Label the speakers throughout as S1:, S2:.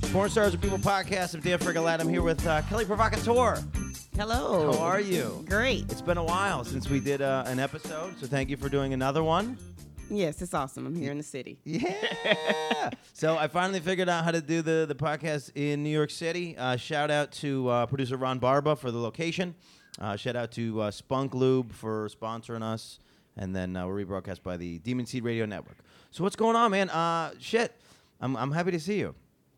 S1: The Porn Stars and People podcast. I'm Dan Frigolette. I'm here with uh, Kelly Provocateur.
S2: Hello.
S1: How are you?
S2: Great.
S1: It's been a while since we did uh, an episode, so thank you for doing another one.
S2: Yes, it's awesome. I'm here in the city.
S1: Yeah. so I finally figured out how to do the, the podcast in New York City. Uh, shout out to uh, producer Ron Barba for the location. Uh, shout out to uh, Spunk Lube for sponsoring us. And then uh, we're rebroadcast by the Demon Seed Radio Network. So what's going on, man? Uh, shit. I'm, I'm happy to see you.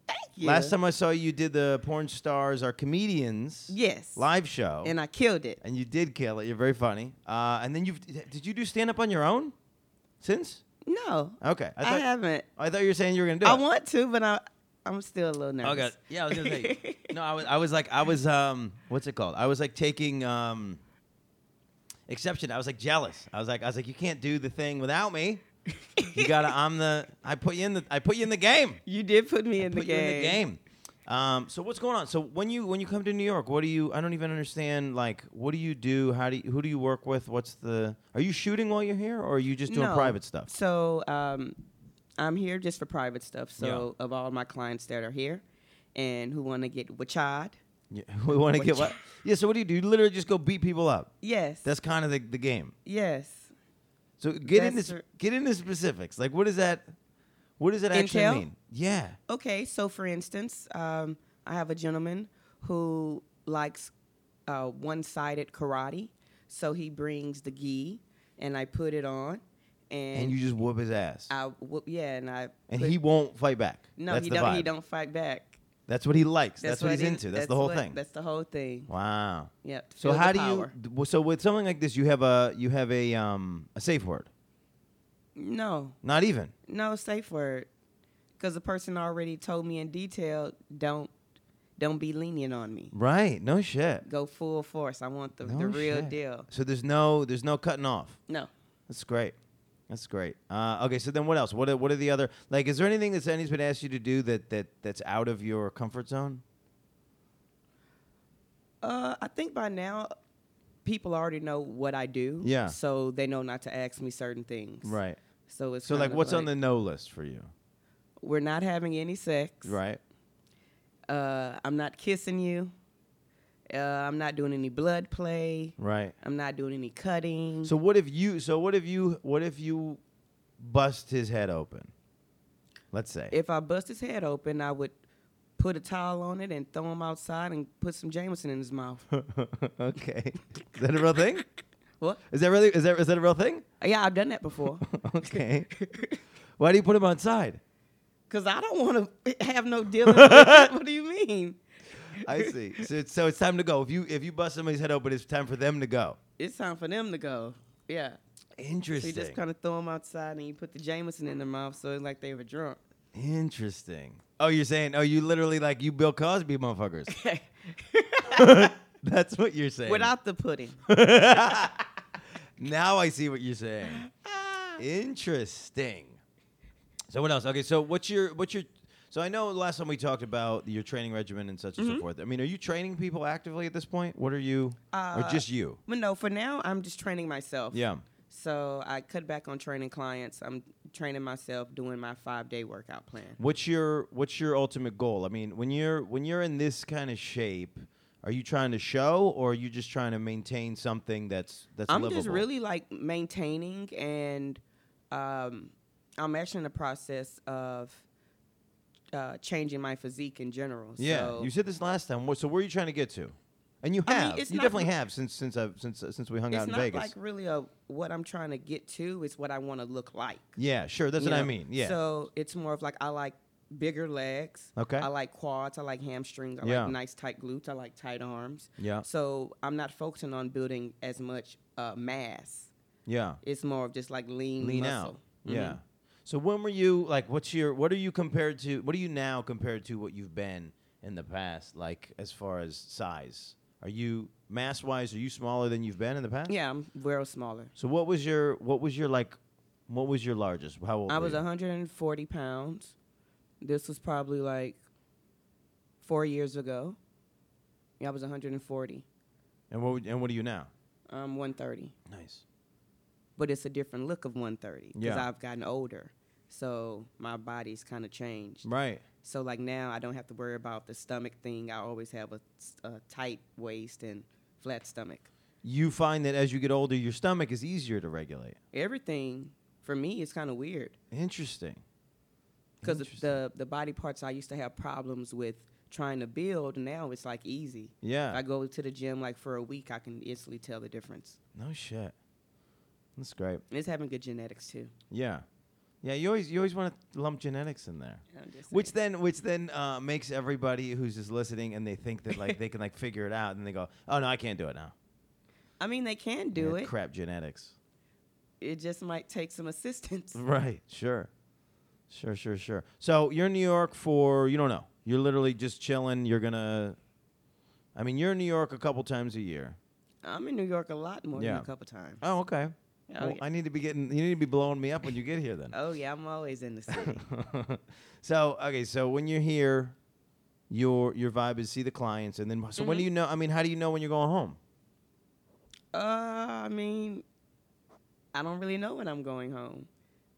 S2: Thank you.
S1: Last time I saw you, you did the Porn Stars Are Comedians
S2: Yes.
S1: live show.
S2: And I killed it.
S1: and you did kill it. You're very funny. Uh, and then you have did you do stand up on your own since?
S2: No.
S1: Okay.
S2: I,
S1: thought, oh,
S2: haven't.
S1: I thought you were saying you were gonna do
S2: I
S1: it.
S2: want to, but I, I'm still a little nervous.
S1: Okay. Oh, Yeah, I was gonna say. no, I was, I was like, I was, um, what's it called? I was like taking, um, exception. I was like jealous. I was like, I was like, you can't do the thing without me. You gotta. I'm the. I put you in the. I put you in the game.
S2: You did put me in, the
S1: Put you
S2: game.
S1: in the game. Um, so what's going on? So when you when you come to New York, what do you? I don't even understand. Like, what do you do? How do you, who do you work with? What's the? Are you shooting while you're here, or are you just doing
S2: No.
S1: private stuff?
S2: So um, I'm here just for private stuff. So of all my clients that are here and who want to get wachad,
S1: Yeah, we want to
S2: What
S1: get
S2: you-
S1: what? Yeah. So what do you do? You literally just go beat people up.
S2: yes.
S1: That's kind of the, the game.
S2: yes.
S1: So get in
S2: That's
S1: this
S2: r-
S1: get into specifics. Like what does that what does that actually
S2: Intel?
S1: mean? Yeah.
S2: Okay, so for instance, um, I have a gentleman who likes uh, one-sided karate, so he brings the gi, and I put it on, and,
S1: And you just whoop his ass.
S2: I whoop, yeah, and I
S1: and
S2: put-
S1: he won't fight back.
S2: no,
S1: that's
S2: he
S1: the
S2: don't, he
S1: vibe.
S2: don't fight back.
S1: That's what he likes. That's, what, he's
S2: he-
S1: into. That's, the whole
S2: what-
S1: thing.
S2: That's the whole thing.
S1: Wow.
S2: Yep.
S1: So
S2: feel the
S1: how do
S2: power.
S1: you d- so with something like this you have a you have a um a safe word.
S2: No,
S1: Not even.
S2: no safe word, because the person already told me in detail. Don't, don't be lenient on me.
S1: Right. No shit.
S2: Go full force. I want the,
S1: No
S2: the real
S1: shit.
S2: deal.
S1: So there's no there's no cutting off.
S2: No.
S1: That's great. That's great. Uh, okay, so then what else? What are, what are the other like? Is there anything that anybody's been asked you to do that, that that's out of your comfort zone?
S2: Uh, I think by now, people already know what I do.
S1: Yeah.
S2: So they know not to ask me certain things.
S1: Right.
S2: So it's
S1: So like,
S2: kinda
S1: what's on the no list for you?
S2: We're not having any sex.
S1: Right.
S2: Uh, I'm not kissing you. Uh, I'm not doing any blood play.
S1: Right.
S2: I'm not doing any cutting.
S1: So what if you? So what if you? What if you bust his head open? Let's say.
S2: if I bust his head open, I would put a towel on it and throw him outside and put some Jameson in his mouth.
S1: okay. Is that a real thing?
S2: what?
S1: Is that really? Is that is that a real thing?
S2: Yeah, I've done that before.
S1: okay. Why do you put him outside?
S2: Cause I don't want to have no dealing. with it. What do you mean?
S1: I see. So it's, so it's time to go. If you if you bust somebody's head open, it's time for them to go.
S2: It's time for them to go. Yeah. So
S1: Interesting.
S2: you just kind of throw them outside and you put the Jameson in their mouth, so it's like they were drunk.
S1: Interesting. Oh, you're saying? Oh, you literally like you Bill Cosby motherfuckers. That's what you're saying.
S2: Without the pudding.
S1: now I see what you're saying.
S2: Ah.
S1: Interesting. So what else? Okay, so what's your what's your so I know last time we talked about your training regimen and such and
S2: Mm-hmm.
S1: so forth. I mean, are you training people actively at this point? What are you or
S2: Uh,
S1: just you?
S2: But no, for now I'm just training myself.
S1: Yeah.
S2: So I cut back on training clients. I'm training myself, doing my five day workout plan.
S1: What's your what's your ultimate goal? I mean, when you're when you're in this kind of shape, are you trying to show or are you just trying to maintain something that's that's
S2: I'm
S1: livable?
S2: just really like maintaining, and um, I'm actually in the process of uh, changing my physique in general.
S1: Yeah,
S2: So
S1: you said this last time. Wha- So where are you trying to get to? And you
S2: I mean,
S1: have,
S2: it's
S1: you
S2: not
S1: definitely
S2: re-
S1: have since since I've, since uh, since we hung
S2: it's
S1: out in
S2: not
S1: Vegas.
S2: like really a what I'm trying to get to. It's what I want to look like.
S1: yeah, sure. That's
S2: you
S1: what I
S2: know?
S1: mean. Yeah.
S2: So it's more of like I like bigger legs.
S1: Okay.
S2: I like quads. I like hamstrings. I
S1: Yeah.
S2: like nice tight glutes. I like tight arms.
S1: Yeah.
S2: So I'm not focusing on building as much uh, mass.
S1: yeah.
S2: It's more of just like lean,
S1: Lean
S2: muscle. Mm-hmm.
S1: out. Yeah. Mm-hmm. So when were you like? What's your? What are you compared to? What are you now compared to what you've been in the past? Like as far as size, are you mass wise? Are you smaller than you've been in the past?
S2: Yeah, I'm real smaller.
S1: So what was your? What was your like? What was your largest? How old?
S2: I
S1: were
S2: was
S1: you?
S2: 140 pounds. This was probably like four years ago. Yeah, I was 140.
S1: And what? would- And what are you now?
S2: I'm 130.
S1: Nice.
S2: but it's a different look of 130 because
S1: Yeah.
S2: I've gotten older. So my body's kind of changed.
S1: Right.
S2: So like now I don't have to worry about the stomach thing. I always have a, s- a tight waist and flat stomach.
S1: You find that as you get older, your stomach is easier to regulate.
S2: Everything for me is kind of weird
S1: Interesting.
S2: because
S1: Interesting.
S2: the the body parts I used to have problems with trying to build. Now it's like easy. If
S1: yeah.
S2: I go to the gym like for a week, I can instantly tell the difference.
S1: no shit. That's great.
S2: And it's having good genetics too.
S1: Yeah. Yeah. You always you always want to lump genetics in there.
S2: I'm just
S1: Which
S2: saying.
S1: then, which then uh, makes everybody who's just listening and they think that like they can like figure it out, and they go, "Oh no, I can't do it now."
S2: I mean they can do
S1: Yeah,
S2: it.
S1: Crap genetics.
S2: It just might take some assistance.
S1: Right. Sure. Sure. Sure. Sure. So you're in New York for you don't know. You're literally just chilling. You're gonna. I mean, you're in New York a couple times a year.
S2: I'm in New York a lot more
S1: Yeah.
S2: than a couple times.
S1: Oh, okay.
S2: Oh,
S1: well,
S2: yeah.
S1: I need to be getting. You need to be blowing me up when you get here, then.
S2: Oh yeah, I'm always in the city.
S1: so okay. So when you're here, your your vibe is see the clients, and then so
S2: Mm-hmm.
S1: when do you know? I mean, how do you know when you're going home?
S2: uh, I mean, I don't really know when I'm going home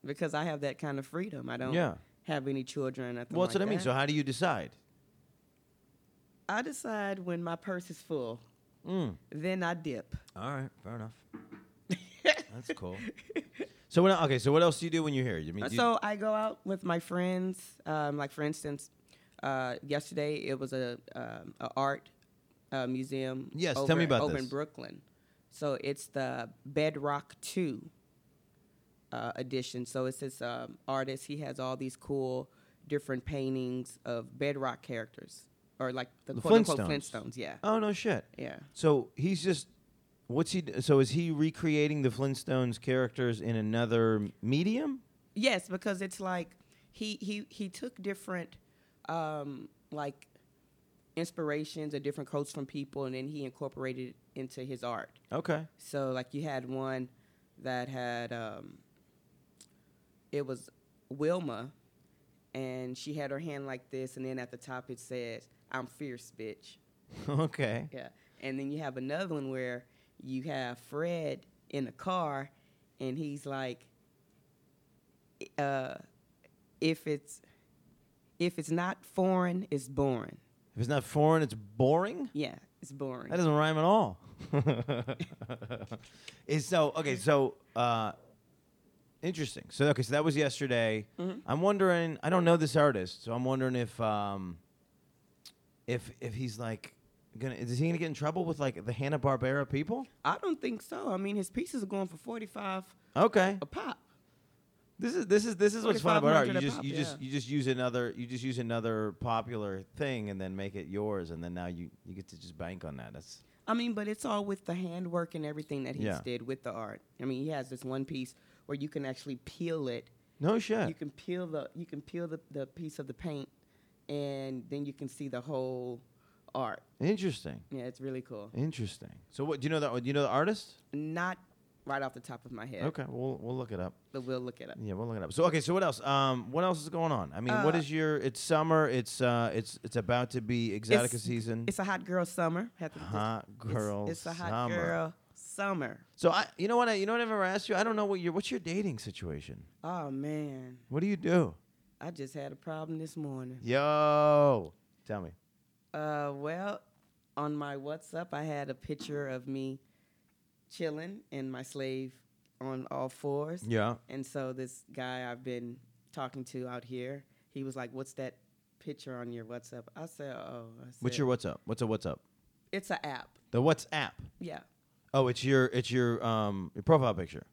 S2: because I have that kind of freedom. I don't
S1: Yeah.
S2: have any children. Nothing
S1: Well,
S2: like
S1: that's what I mean.
S2: that.
S1: So how do you decide?
S2: I decide when my purse is full,
S1: Mm.
S2: then I dip.
S1: All right, fair enough. That's cool. So what? el- Okay, so what else do you do when you're here? You mean? do you-
S2: so I go out with my friends. Um, like for instance, uh, yesterday it was a, um, a art uh, museum.
S1: Yes, tell
S2: over,
S1: me about
S2: over in
S1: this.
S2: Brooklyn. So it's the Bedrock Two uh, edition. So it's this um, artist. He has all these cool different paintings of Bedrock characters, or like the,
S1: The
S2: quote unquote
S1: Flintstones.
S2: Flintstones. Yeah,
S1: oh no shit.
S2: yeah.
S1: So he's just. What's he? d- So is he recreating the Flintstones characters in another medium?
S2: Yes, because it's like he he he took different um like inspirations or different quotes from people and then he incorporated it into his art.
S1: Okay.
S2: So like you had one that had um it was Wilma and she had her hand like this and then at the top it says I'm fierce bitch.
S1: okay.
S2: Yeah. And then you have another one where you have Fred in a car and he's like uh if it's if it's not foreign, it's boring.
S1: If it's not foreign, it's boring.
S2: Yeah, it's boring.
S1: That doesn't rhyme at all. Is so okay. So uh, interesting. So okay. So that was yesterday. I'm wondering. I don't know this artist, so I'm wondering if um, if if he's like gonna is he gonna get in trouble with like the Hanna Barbera people?
S2: I don't think so. I mean, his pieces are going for 45
S1: Okay.
S2: a pop.
S1: This is this is this is what's fun about art. You
S2: 4500 a
S1: just
S2: pop,
S1: you just
S2: yeah.
S1: you just use another you just use another popular thing and then make it yours, and then now you you get to just bank on that. That's
S2: I mean, but it's all with the handwork and everything that he
S1: Yeah.
S2: did with the art. I mean, he has this one piece where you can actually peel it
S1: no shit.
S2: you can peel the you can peel the, the piece of the paint and then you can see the whole art
S1: Interesting.
S2: yeah it's really cool
S1: Interesting. So what do you know that do you know the artist?
S2: not right off the top of my head
S1: Okay, we'll we'll look it up.
S2: but we'll look it up
S1: Yeah, we'll look it up. So okay, so what else? Um, what else is going on? I mean, what
S2: Uh,
S1: is your? It's summer. It's uh, it's it's about to be exotica season.
S2: it's a hot girl summer Have to-
S1: hot
S2: it's-
S1: girl.
S2: it's, a hot
S1: summer.
S2: girl summer
S1: So I, you know what? I, you know what? I've ever asked you. I don't know what your what's your dating situation.
S2: oh man
S1: What do you do?
S2: i just had a problem this morning
S1: Yo, tell me.
S2: uh well on my whatsapp i had a picture of me chilling in my slave on all fours
S1: Yeah.
S2: And so this guy I've been talking to out here, he was like, "What's that picture on your WhatsApp?" I said, "Oh, I said,
S1: What's your what's up? What's a what's up?
S2: It's an app.
S1: The WhatsApp.
S2: Yeah,
S1: Oh, it's your it's your um your profile picture.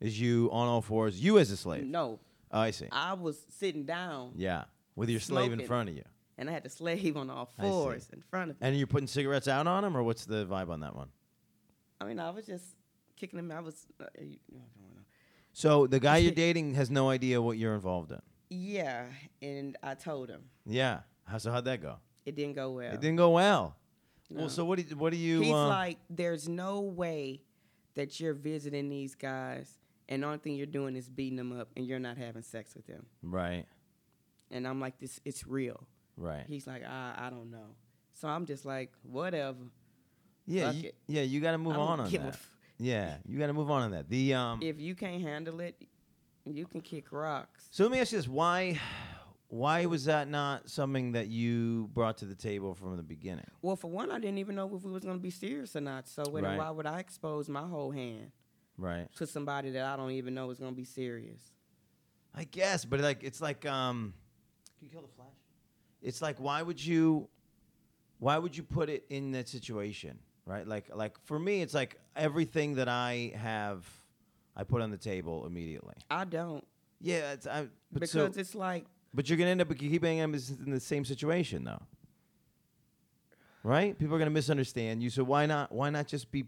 S1: Is you on all fours? You as a slave.
S2: no,
S1: Oh, I see.
S2: I was sitting down
S1: Yeah, with your slave in
S2: Smoking.
S1: front of you.
S2: and I had the slave on all
S1: I see.
S2: fours in front of me.
S1: And you're putting cigarettes out on him, or what's the vibe on that one?
S2: I mean, I was just kicking him. I was, uh, you- I don't know.
S1: So the guy you're dating has no idea what you're involved in.
S2: yeah. And I told him
S1: Yeah. How so? How'd that go?
S2: it didn't go well.
S1: It didn't go well. Well,
S2: No.
S1: so what do you, what do you?
S2: He's
S1: uh,
S2: like, "There's no way that you're visiting these guys, and the only thing you're doing is beating them up, and you're not having sex with them."
S1: right,
S2: And I'm like, "This, it's real."
S1: right.
S2: He's like, "Ah, I, I don't know. So I'm just like, whatever.
S1: yeah,
S2: fuck
S1: you,
S2: it.
S1: yeah. You got to move
S2: I don't
S1: on on
S2: give a
S1: that.
S2: f-
S1: Yeah, you got to move on on that. The um,
S2: If you can't handle it, You can kick rocks.
S1: So let me ask you this: Why, why was that not something that you brought to the table from the beginning?
S2: Well, for one, I didn't even know if we was gonna be serious or not. So why-
S1: Right.
S2: why would I expose my whole hand
S1: Right.
S2: to somebody that I don't even know is gonna be serious?
S1: I guess, but like it's like um Can you kill the flash? It's like why would you why would you put it in that situation? Right? Like like for me it's like everything that I have I put on the table immediately.
S2: I don't
S1: Yeah, it's I but so,
S2: because it's like
S1: but you're gonna end up keeping them in the same situation though. Right? People are gonna misunderstand you, so why not why not just be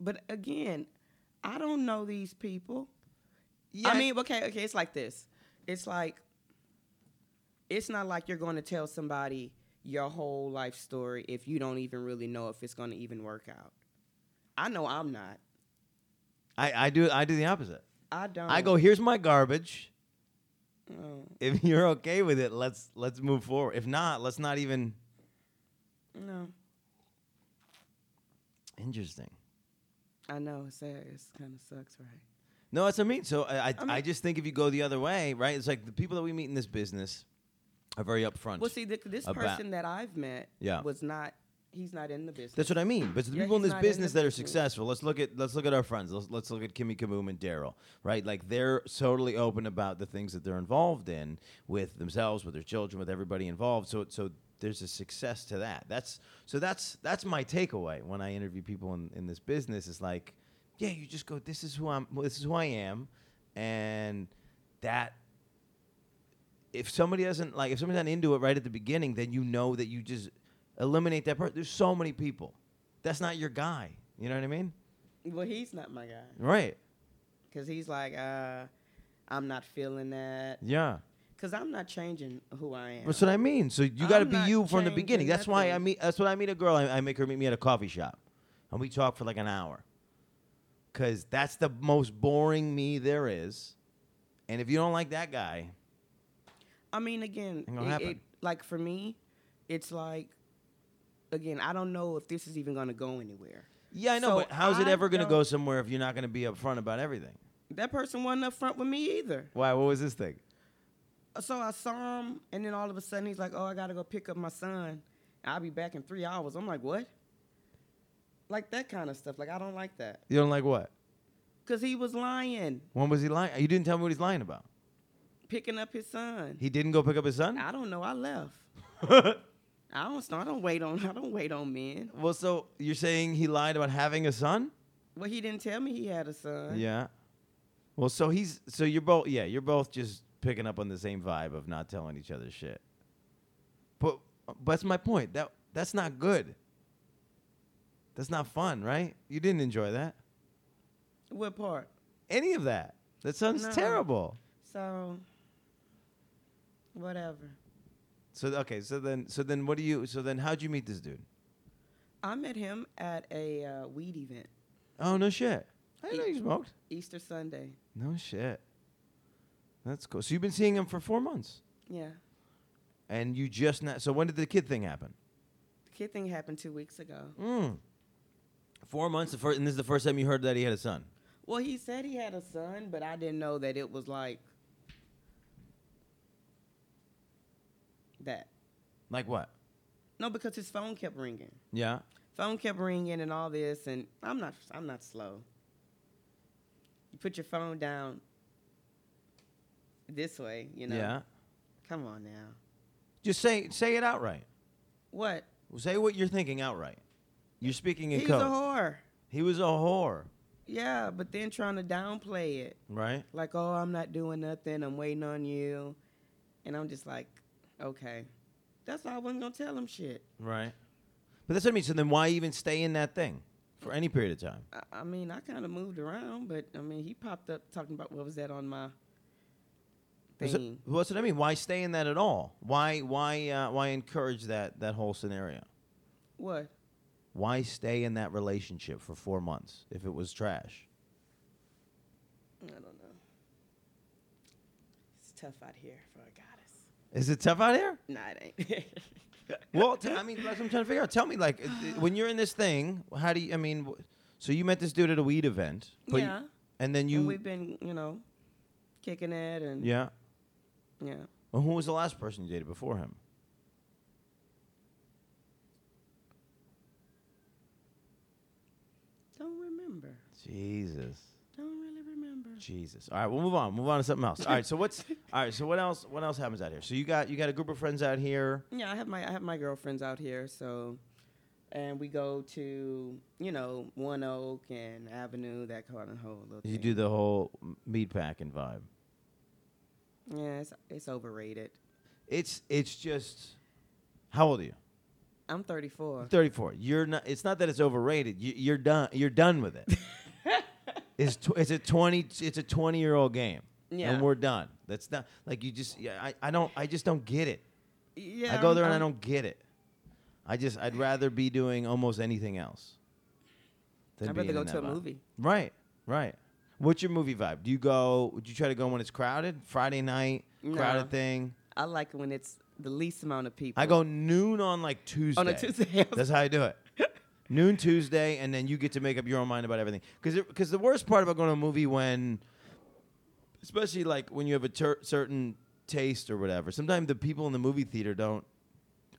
S2: But again, I don't know these people. I mean, okay, okay, it's like this. It's like it's not like you're going to tell somebody your whole life story if you don't even really know if it's going to even work out. I know I'm not.
S1: I, I do I do the opposite.
S2: I don't.
S1: I go, here's my garbage.
S2: "Oh,
S1: if you're okay with it, let's let's move forward. If not, let's not even.
S2: no.
S1: Interesting.
S2: I know it's sad. It's kind of sucks, right?
S1: No, that's what I mean. So I I,
S2: I mean-
S1: I just think if you go the other way, right? It's like the people that we meet in this business are very upfront.
S2: Well, see, th- this
S1: About-
S2: person that I've met
S1: Yeah.
S2: was not. He's not in the business.
S1: that's what I mean. But it's the
S2: Yeah,
S1: people in
S2: he's
S1: this
S2: not in the
S1: business that are
S2: business.
S1: successful, let's look at let's look at our friends. Let's let's look at Kimmy Kaboom and Daryl, right? Like they're totally open about the things that they're involved in with themselves, with their children, with everybody involved. So so there's a success to that. That's so that's that's my takeaway when I interview people in, in this business. Is like, yeah, you just go. This is who I'm. This is who I am, and that if somebody doesn't like if somebody's not into it right at the beginning, then you know that you just eliminate that person. There's so many people. That's not your guy. You know what I mean?
S2: well, he's not my guy
S1: Right.
S2: because he's like, uh, I'm not feeling that.
S1: Yeah.
S2: Because I'm not changing who I am.
S1: That's what I mean. So you got to
S2: I'm
S1: be
S2: not
S1: you from the
S2: changing
S1: beginning. That's why I
S2: nothing.
S1: meet. That's what I meet a girl. I, I make her meet me at a coffee shop, and we talk for like an hour. Cause that's the most boring me there is, and if you don't like that guy,
S2: I mean, again,
S1: Ain't gonna
S2: it-
S1: happen.
S2: it- like for me, it's like, again, I don't know if this is even going to go anywhere.
S1: yeah, I know.
S2: So
S1: but how's it
S2: I
S1: ever going to
S2: don't-
S1: go somewhere if you're not going to be upfront about everything?
S2: That person wasn't up front with me either.
S1: Why? What was this thing?
S2: So I saw him, and then all of a sudden he's like, "Oh, I gotta go pick up my son. I'll be back in three hours." I'm like, "What?" Like that kind of stuff. Like I don't like that
S1: You don't like what?
S2: because he was lying,
S1: When was he lying? You didn't tell me what he's lying about.
S2: picking up his son.
S1: He didn't go pick up his son.
S2: I don't know. I left. I don't. I don't wait on. I don't wait on men.
S1: well, so you're saying he lied about having a son?
S2: Well, he didn't tell me he had a son.
S1: Yeah. Well, so he's so you're both yeah you're both just picking up on the same vibe of not telling each other shit. But, but that's my point. That that's not good. That's not fun, right? You didn't enjoy that.
S2: What part?
S1: Any of that. That sounds
S2: No.
S1: terrible.
S2: So, whatever.
S1: So okay, so then so then what do you so then how'd you meet this dude?
S2: I met him at a uh, weed event
S1: Oh no shit. I didn't know you
S2: He-
S1: smoked.
S2: Easter Sunday.
S1: No shit. That's cool. So you've been seeing him for four months,
S2: Yeah,
S1: and you just not. So when did the kid thing happen?
S2: the kid thing happened two weeks ago.
S1: Mm. Four months, the first, and this is the first time you heard that he had a son.
S2: Well, he said he had a son, but I didn't know that it was like that.
S1: Like what?
S2: No, because his phone kept ringing.
S1: Yeah.
S2: Phone kept ringing and all this, and I'm not. I'm not slow. You put your phone down this way, you know.
S1: Yeah.
S2: Come on now.
S1: Just say say it outright.
S2: What?
S1: Say what you're thinking outright. You're speaking in
S2: He's
S1: code.
S2: a whore.
S1: he was a whore,
S2: Yeah, but then trying to downplay it.
S1: right?
S2: Like, oh, I'm not doing nothing. I'm waiting on you. And I'm just like, okay. That's why I wasn't going to tell him shit.
S1: Right. But that's what I mean. So then, why even stay in that thing for any period of time?
S2: I, I mean, I kind of moved around, but I mean, he popped up talking about what was that on my
S1: That's what-
S2: thing.
S1: that's what I mean. Why stay in that at all? Why why uh, why encourage that that whole scenario?
S2: What?
S1: Why stay in that relationship for four months if it was trash?
S2: I don't know. It's tough out here for a goddess.
S1: Is it tough out here?
S2: Nah, it ain't.
S1: well, t- I mean, that's what I'm trying to figure out. Tell me, like, it- it- when you're in this thing, how do you? I mean, wh- so you met this dude at a weed event, but you-
S2: yeah.
S1: and then
S2: and
S1: you,
S2: we've been, you know, kicking it, and yeah.
S1: Yeah. Well, who was the last person you dated before him?
S2: Don't remember.
S1: Jesus.
S2: Don't really remember.
S1: Jesus. All right, we'll move on. Move on to something else. All right, so what's all right? So what else? What else happens out here? So you got you got a group of friends out here.
S2: Yeah, I have my I have my girlfriends out here, so and we go to you know One Oak and Avenue, that kind of whole little.
S1: You
S2: thing.
S1: do the whole m- meat packing vibe.
S2: Yeah, it's it's overrated.
S1: It's it's just. How old are you?
S2: I'm 34.
S1: Thirty four. You're not. It's not that it's overrated. You, you're done. You're done with it. it's tw- it's a twenty. It's a twenty year old game.
S2: Yeah.
S1: And we're done. That's not like you just. Yeah. I, I don't. I just don't get it.
S2: Yeah,
S1: I go
S2: I'm-
S1: there and I
S2: I'm-
S1: don't get it. I just I'd rather be doing almost anything else. than
S2: I'd
S1: being
S2: rather go
S1: in
S2: to a
S1: that vibe.
S2: movie.
S1: Right, right. What's your movie vibe? Do you go? Would you try to go when it's crowded? Friday night
S2: No.
S1: crowded thing.
S2: I like it when it's the least amount of people.
S1: I go noon on like Tuesday.
S2: on a Tuesday.
S1: That's how I do it. Noon Tuesday, and then you get to make up your own mind about everything. Because because the worst part about going to a movie when, especially like when you have a ter- certain taste or whatever, sometimes the people in the movie theater don't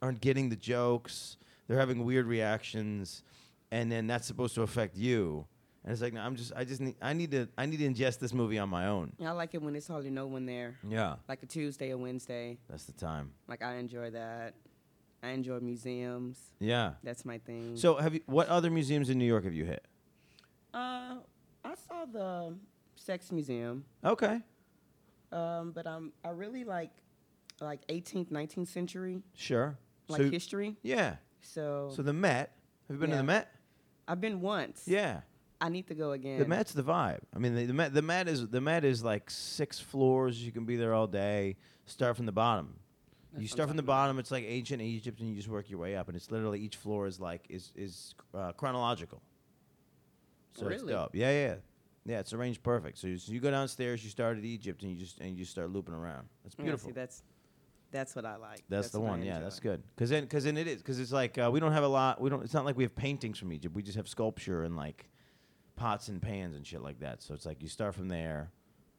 S1: aren't getting the jokes. They're having weird reactions, and then that's supposed to affect you. And it's like, no, I'm just I just need I need to I need to ingest this movie on my own.
S2: I like it when it's hardly no one there,
S1: Yeah,
S2: like a Tuesday or Wednesday.
S1: that's the time.
S2: Like I enjoy that. I enjoy museums.
S1: Yeah.
S2: That's my thing.
S1: So have you? What other museums in New York have you hit?
S2: uh, I saw the sex museum,
S1: Okay,
S2: um, but I'm I really like like 18th, 19th century
S1: sure.
S2: like
S1: So-
S2: history.
S1: yeah.
S2: So,
S1: So the Met. Have you been to
S2: Yeah.
S1: the Met?
S2: I've been once.
S1: Yeah.
S2: I need to go again.
S1: The Met's the vibe. I mean, the, the Met. The Met is the Met is like six floors. You can be there all day. Start from the bottom.
S2: That's
S1: you
S2: what
S1: start
S2: I'm
S1: from the
S2: talking about.
S1: bottom. It's like ancient Egypt, and you just work your way up. And it's literally each floor is like is is uh, chronological. So it's
S2: Really?
S1: dope. Yeah, yeah, yeah. It's arranged perfect. So you, so you go downstairs. You start at Egypt, and you just and you just start looping around. That's
S2: Yeah,
S1: beautiful.
S2: see, that's that's what I like.
S1: That's, the
S2: what I
S1: one. Yeah,
S2: enjoy.
S1: that's good. Cause then, cause then it is. Cause it's like uh, we don't have a lot. We don't. It's not like we have paintings from Egypt. We just have sculpture and like pots and pans and shit like that. So it's like you start from there,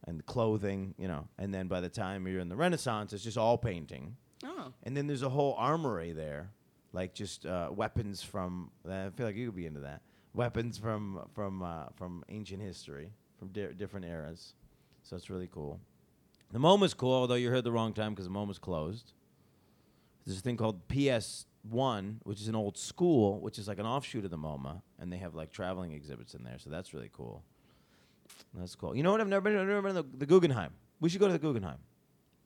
S1: and clothing, you know. And then by the time you're in the Renaissance, it's just all painting.
S2: Oh,
S1: And then there's a whole armory there, like just uh, weapons from. I feel like you could be into that. Weapons from from uh, from ancient history, from di- different eras. So it's really cool. The MoMA's cool, although you're here at the wrong time because the MoMA's closed. There's a thing called PS One, which is an old school, which is like an offshoot of the MoMA, and they have like traveling exhibits in there. So that's really cool. That's cool. You know what? I've never been. I've never been to the, the Guggenheim. We should go to the Guggenheim.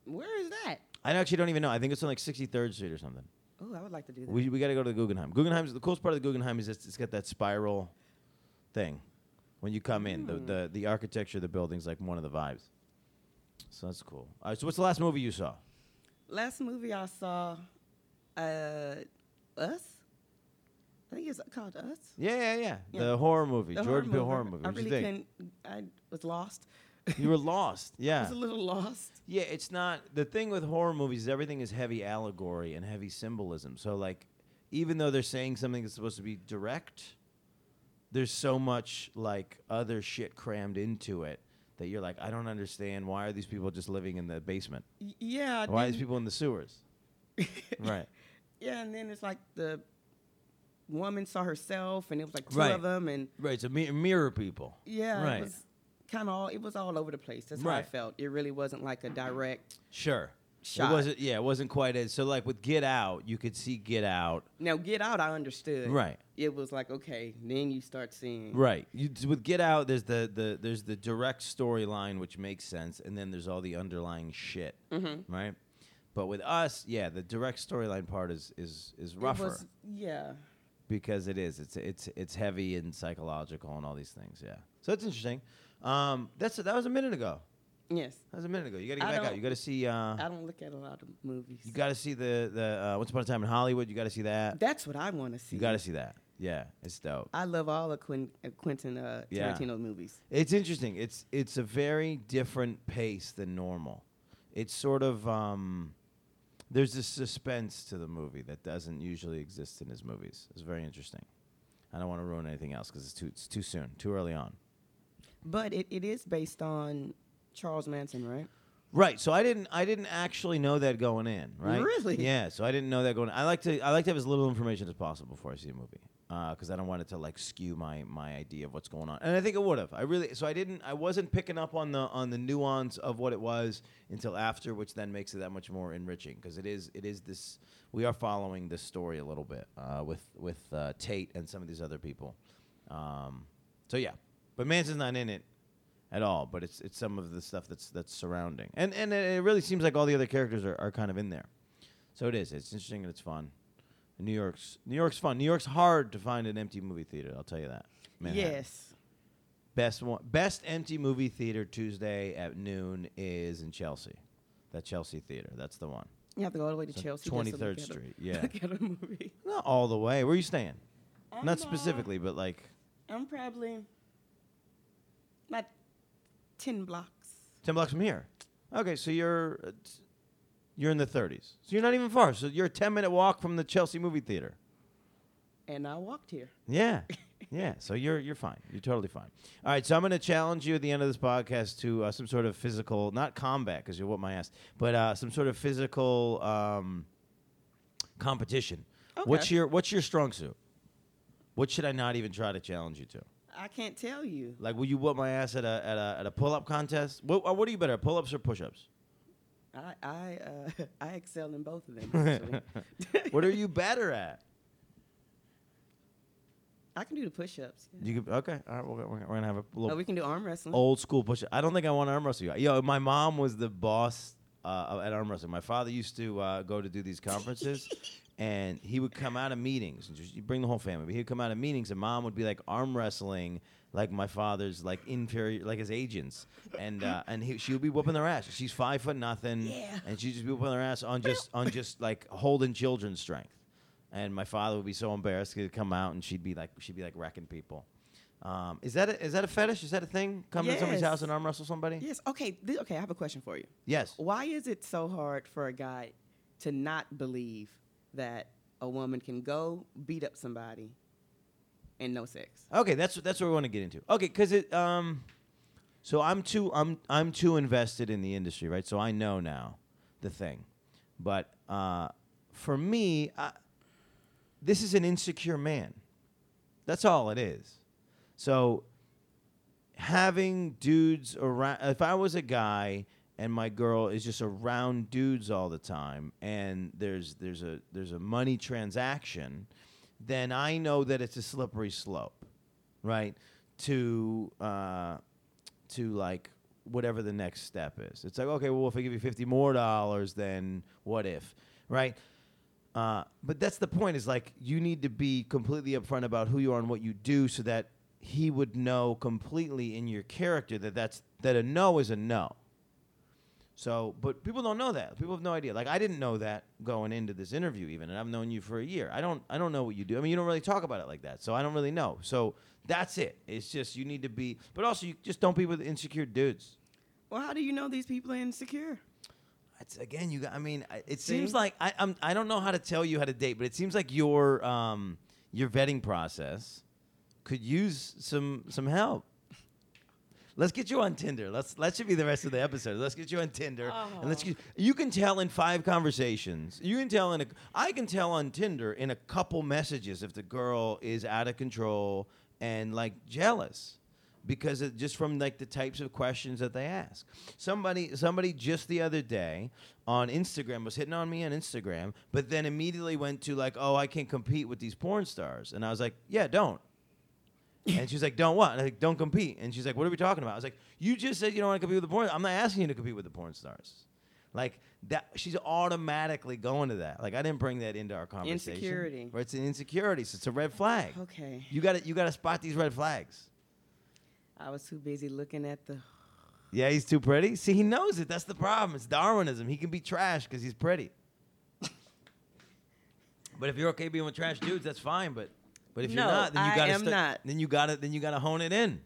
S2: where is that?
S1: I actually don't even know. I think it's on like 63rd Street or something.
S2: Oh, I would like to do that.
S1: We, we got to go to the Guggenheim. Guggenheim's the coolest part of the Guggenheim is it's, it's got that spiral thing when you come in. The,
S2: Hmm.
S1: the the architecture of the building's like one of the vibes. So that's cool. All right. So what's the last movie you saw?
S2: Last movie I saw, uh, Us. I think it's called Us.
S1: Yeah, yeah, yeah.
S2: Yeah.
S1: The horror movie.
S2: The
S1: Jordan Peele horror
S2: I-
S1: movie.
S2: I
S1: What
S2: really
S1: you think?
S2: couldn't. I was lost.
S1: You were lost.
S2: I
S1: Yeah.
S2: was a little lost.
S1: Yeah, it's not the thing with horror movies. is Everything is heavy allegory and heavy symbolism. So like, even though they're saying something that's supposed to be direct, there's so much like other shit crammed into it that you're like, I don't understand. Why are these people just living in the basement?
S2: Y- Yeah. I
S1: Why are these
S2: didn't-
S1: people in the sewers? Right.
S2: yeah, and then it's like the woman saw herself, and it was like two
S1: Right.
S2: of them, and
S1: Right. So mi- mirror people.
S2: yeah,
S1: Right.
S2: it was kind of all. It was all over the place. That's how I
S1: Right.
S2: felt. It really wasn't like a direct.
S1: Sure.
S2: Shot.
S1: It wasn't. Yeah. It wasn't quite as. So like with Get Out, you could see Get Out.
S2: Now, Get Out, I understood.
S1: Right.
S2: It was like okay, then you start seeing.
S1: Right. You, with Get Out, there's the, the there's the direct storyline which makes sense, and then there's all the underlying shit,
S2: Mhm.
S1: right? But with us, yeah, the direct storyline part is is is
S2: It
S1: rougher
S2: was- yeah.
S1: because it is it's it's it's heavy and psychological and all these things. Yeah. So that's interesting. Um, that's that was a minute ago.
S2: Yes.
S1: That was a minute ago. You got to get
S2: I
S1: back out.
S2: don't-
S1: You got to see. Uh,
S2: I don't look at a lot of movies.
S1: you got to see the the uh, Once Upon a Time in Hollywood. You got to see that.
S2: That's what I want to see.
S1: You got to see that. Yeah, it's dope.
S2: I love all of Quin- uh, Quentin uh,
S1: Yeah.
S2: Tarantino movies.
S1: It's interesting. It's it's a very different pace than normal. It's sort of um, there's this suspense to the movie that doesn't usually exist in his movies. It's very interesting. I don't want to ruin anything else because it's too it's too soon, too early on.
S2: But it, it is based on Charles Manson, right?
S1: Right. So I didn't I didn't actually know that going in, right?
S2: Really?
S1: Yeah, so I didn't know that going in. I like to I like to have as little information as possible before I see a movie. Because I don't want it to like skew my my idea of what's going on, and I think it would have. I really so I didn't. I wasn't picking up on the on the nuance of what it was until after, which then makes it that much more enriching. Because it is it is this. We are following this story a little bit uh, with with uh, Tate and some of these other people. Um, so yeah, but Manson's not in it at all, but it's it's some of the stuff that's that's surrounding, and and it really seems like all the other characters are, are kind of in there. So it is. It's interesting and it's fun. And New York's New York's fun. New York's hard to find an empty movie theater. I'll tell you that. Manhattan.
S2: Yes.
S1: Best one. Best empty movie theater Tuesday at noon is in Chelsea. That Chelsea theater. That's the one.
S2: You have to go all the way to
S1: So
S2: Chelsea. just to
S1: 23rd
S2: look at a-
S1: Street, yeah.
S2: Look at a movie.
S1: Not all the way. Where are you staying?
S2: I'm, uh,
S1: Not specifically, but like
S2: I'm probably not ten blocks.
S1: ten blocks from here. Okay, so you're uh, t- you're in the 30s. So you're not even far. So you're a 10 minute walk from the Chelsea movie theater.
S2: And I walked here.
S1: Yeah. Yeah, so you're you're fine. You're totally fine. All right, so I'm going to challenge you at the end of this podcast to uh, some sort of physical, not combat because you're what my ass, but uh, some sort of physical um, competition. What's
S2: Okay.
S1: your What's your strong suit? What should I not even try to challenge you to?
S2: I can't tell you.
S1: Like, will you whoop my ass at a at a, at a pull up contest? What uh, What are you better, pull ups or push ups?
S2: I I uh, I excel in both of them. Actually.
S1: What are you better at?
S2: I can do the push-ups. yeah.
S1: You could, okay, all right, we're, gonna- we're gonna have a little
S2: Oh, we can do arm wrestling.
S1: old school push. I don't think I want to arm wrestle you. Yo, my mom was the boss uh, at arm wrestling. My father used to uh, go to do these conferences, and he would come out of meetings and just you bring the whole family. But he'd come out of meetings, and mom would be like arm wrestling. Like my father's, like inferior, like his agents, and uh, and he, she would be whooping their ass. She's five foot nothing,
S2: Yeah.
S1: and she'd just be whooping their ass on just on just like holding children's strength. And my father would be so embarrassed he'd come out, and she'd be like she'd be like wrecking people. Um, is that a, is that a fetish? Is that a thing? Come to somebody's
S2: Yes.
S1: house and arm wrestle somebody?
S2: Yes. Okay. Th- okay. I have a question for you.
S1: Yes.
S2: Why is it so hard for a guy to not believe that a woman can go beat up somebody and no sex?
S1: Okay, that's that's what we want to get into. Okay, because it um, so I'm too I'm I'm too invested in the industry, right? So I know now the thing, but uh, for me, I, this is an insecure man. That's all it is. So having dudes around if i was a guy and my girl is just around dudes all the time and there's there's a there's a money transaction then i know that it's a slippery slope right to uh to like whatever the next step is it's like okay well if i give you 50 more dollars then what if right uh, but that's the point is like you need to be completely upfront about who you are and what you do so that he would know completely in your character that that's that a no is a no so but people don't know that people have no idea like i didn't know that going into this interview even and i've known you for a year i don't i don't know what you do i mean you don't really talk about it like that so i don't really know so that's it it's just you need to be but also you just don't be with insecure dudes
S2: Well, how do you know these people are insecure?
S1: it's again, you. Got, I mean, I- it
S2: See?
S1: seems like I, I'm. I don't know how to tell you how to date, but it seems like your um your vetting process could use some some help. Let's get you on Tinder. Let's that should be the rest of the episode. Let's get you on Tinder and let's get you can tell in five conversations. You can tell in a I can tell on Tinder in a couple messages if the girl is out of control and like jealous because it, just from like the types of questions that they ask. Somebody somebody just the other day on Instagram was hitting on me on Instagram, but then immediately went to like, "Oh, I can't compete with these porn stars." And I was like, "Yeah, don't." And she's like, "Don't what?" And I was like, "Don't compete." And she's like, "What are we talking about?" I was like, "You just said you don't want to compete with the porn. I'm not asking you to compete with the porn stars." Like that, she's automatically going to that. Like I didn't bring that into our conversation.
S2: Insecurity.
S1: Or it's an insecurity. So it's a red flag.
S2: Okay.
S1: You got to you got to spot these red flags.
S2: I was too busy looking at the.
S1: Yeah, he's too pretty. See, he knows it. That's the problem. It's Darwinism. He can be trash because he's pretty. but if you're okay being with trash dudes, that's fine. But but if you're
S2: No,
S1: not, then you
S2: I
S1: gotta
S2: am
S1: sta-
S2: not.
S1: then you gotta then you gotta hone it in.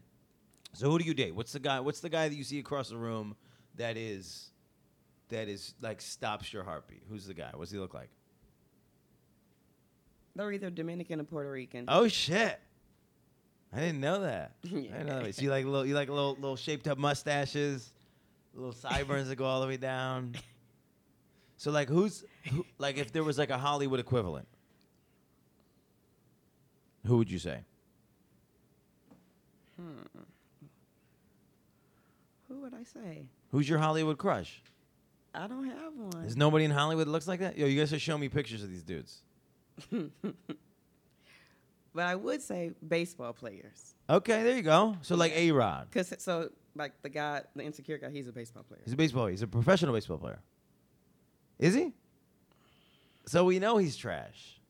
S1: So who do you date? What's the guy? What's the guy that you see across the room that is that is like stops your heartbeat? Who's the guy? What's he look like?
S2: They're either Dominican or Puerto Rican.
S1: Oh shit! I didn't know that. I didn't know
S2: Yeah.
S1: that. So you like little you like little little shaped up mustaches, little sideburns that go all the way down. So like who's who, like if there was like a Hollywood equivalent, who would you say?
S2: Who would I say?
S1: Who's your Hollywood crush?
S2: I don't have one.
S1: There's nobody in Hollywood that looks like that. Yo, you guys should show me pictures of these dudes.
S2: But I would say baseball players.
S1: Okay, there you go. So like
S2: Yeah.
S1: A Rod,
S2: Cause so like the guy, the insecure guy, he's a baseball player.
S1: he's a baseball. He's a professional baseball player. Is he? So we know he's trash.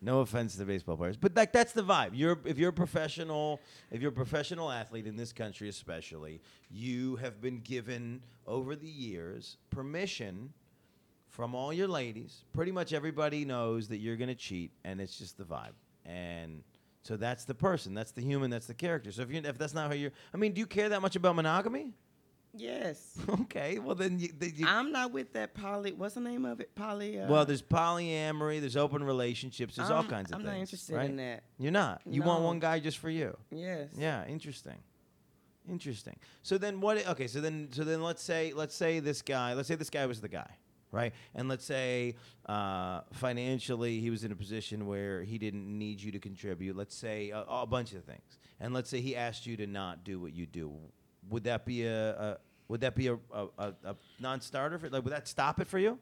S1: No offense to baseball players, but like that's the vibe. You're if you're a professional, if you're a professional athlete in this country especially, you have been given over the years permission from all your ladies. Pretty much everybody knows that you're going to cheat and it's just the vibe. And so that's the person, that's the human, that's the character. So if you if that's not how you're I mean, do you care that much about monogamy?
S2: Yes.
S1: okay. Well then you, then you
S2: I'm not with that poly. What's the name of it? Poly. Uh,
S1: well, there's polyamory, there's open relationships, there's all
S2: I'm-
S1: kinds of
S2: I'm
S1: things.
S2: not interested
S1: right?
S2: in that.
S1: You're not. You want
S2: No.
S1: one guy just for you.
S2: Yes.
S1: Yeah, interesting. Interesting. So then what i- okay, so then so then let's say let's say this guy, let's say this guy was the guy, right? And let's say uh, financially he was in a position where he didn't need you to contribute. Let's say a, a bunch of things. And let's say he asked you to not do what you do. Would that be a, a would that be a, a, a, a non-starter for like would that stop it for you?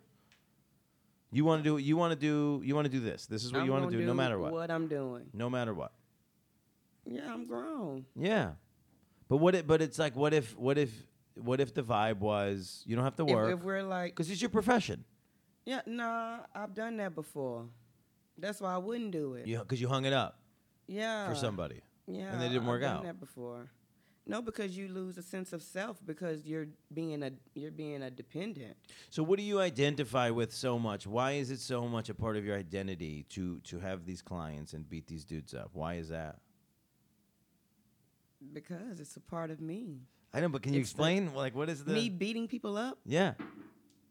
S1: You want to do you want to do you want to do this. This is what
S2: I'm
S1: you want to
S2: gonna
S1: do, no matter what.
S2: What I'm doing.
S1: No matter what.
S2: Yeah, I'm grown.
S1: Yeah, but what? It, but it's like, what if? What if? What if the vibe was you don't have to
S2: If,
S1: work
S2: if we're like,
S1: because it's your profession?
S2: yeah, nah, I've done that before. That's why I wouldn't do it.
S1: You because you hung it up
S2: Yeah.
S1: for somebody.
S2: Yeah.
S1: and they didn't work
S2: I've done
S1: out.
S2: That before. No, because you lose a sense of self because you're being a you're being a dependent.
S1: So what do you identify with so much? Why is it so much a part of your identity to to have these clients and beat these dudes up? Why is that?
S2: Because it's a part of me.
S1: I know, but can you
S2: It's the-
S1: explain? like, what is the?
S2: me beating people up,
S1: yeah,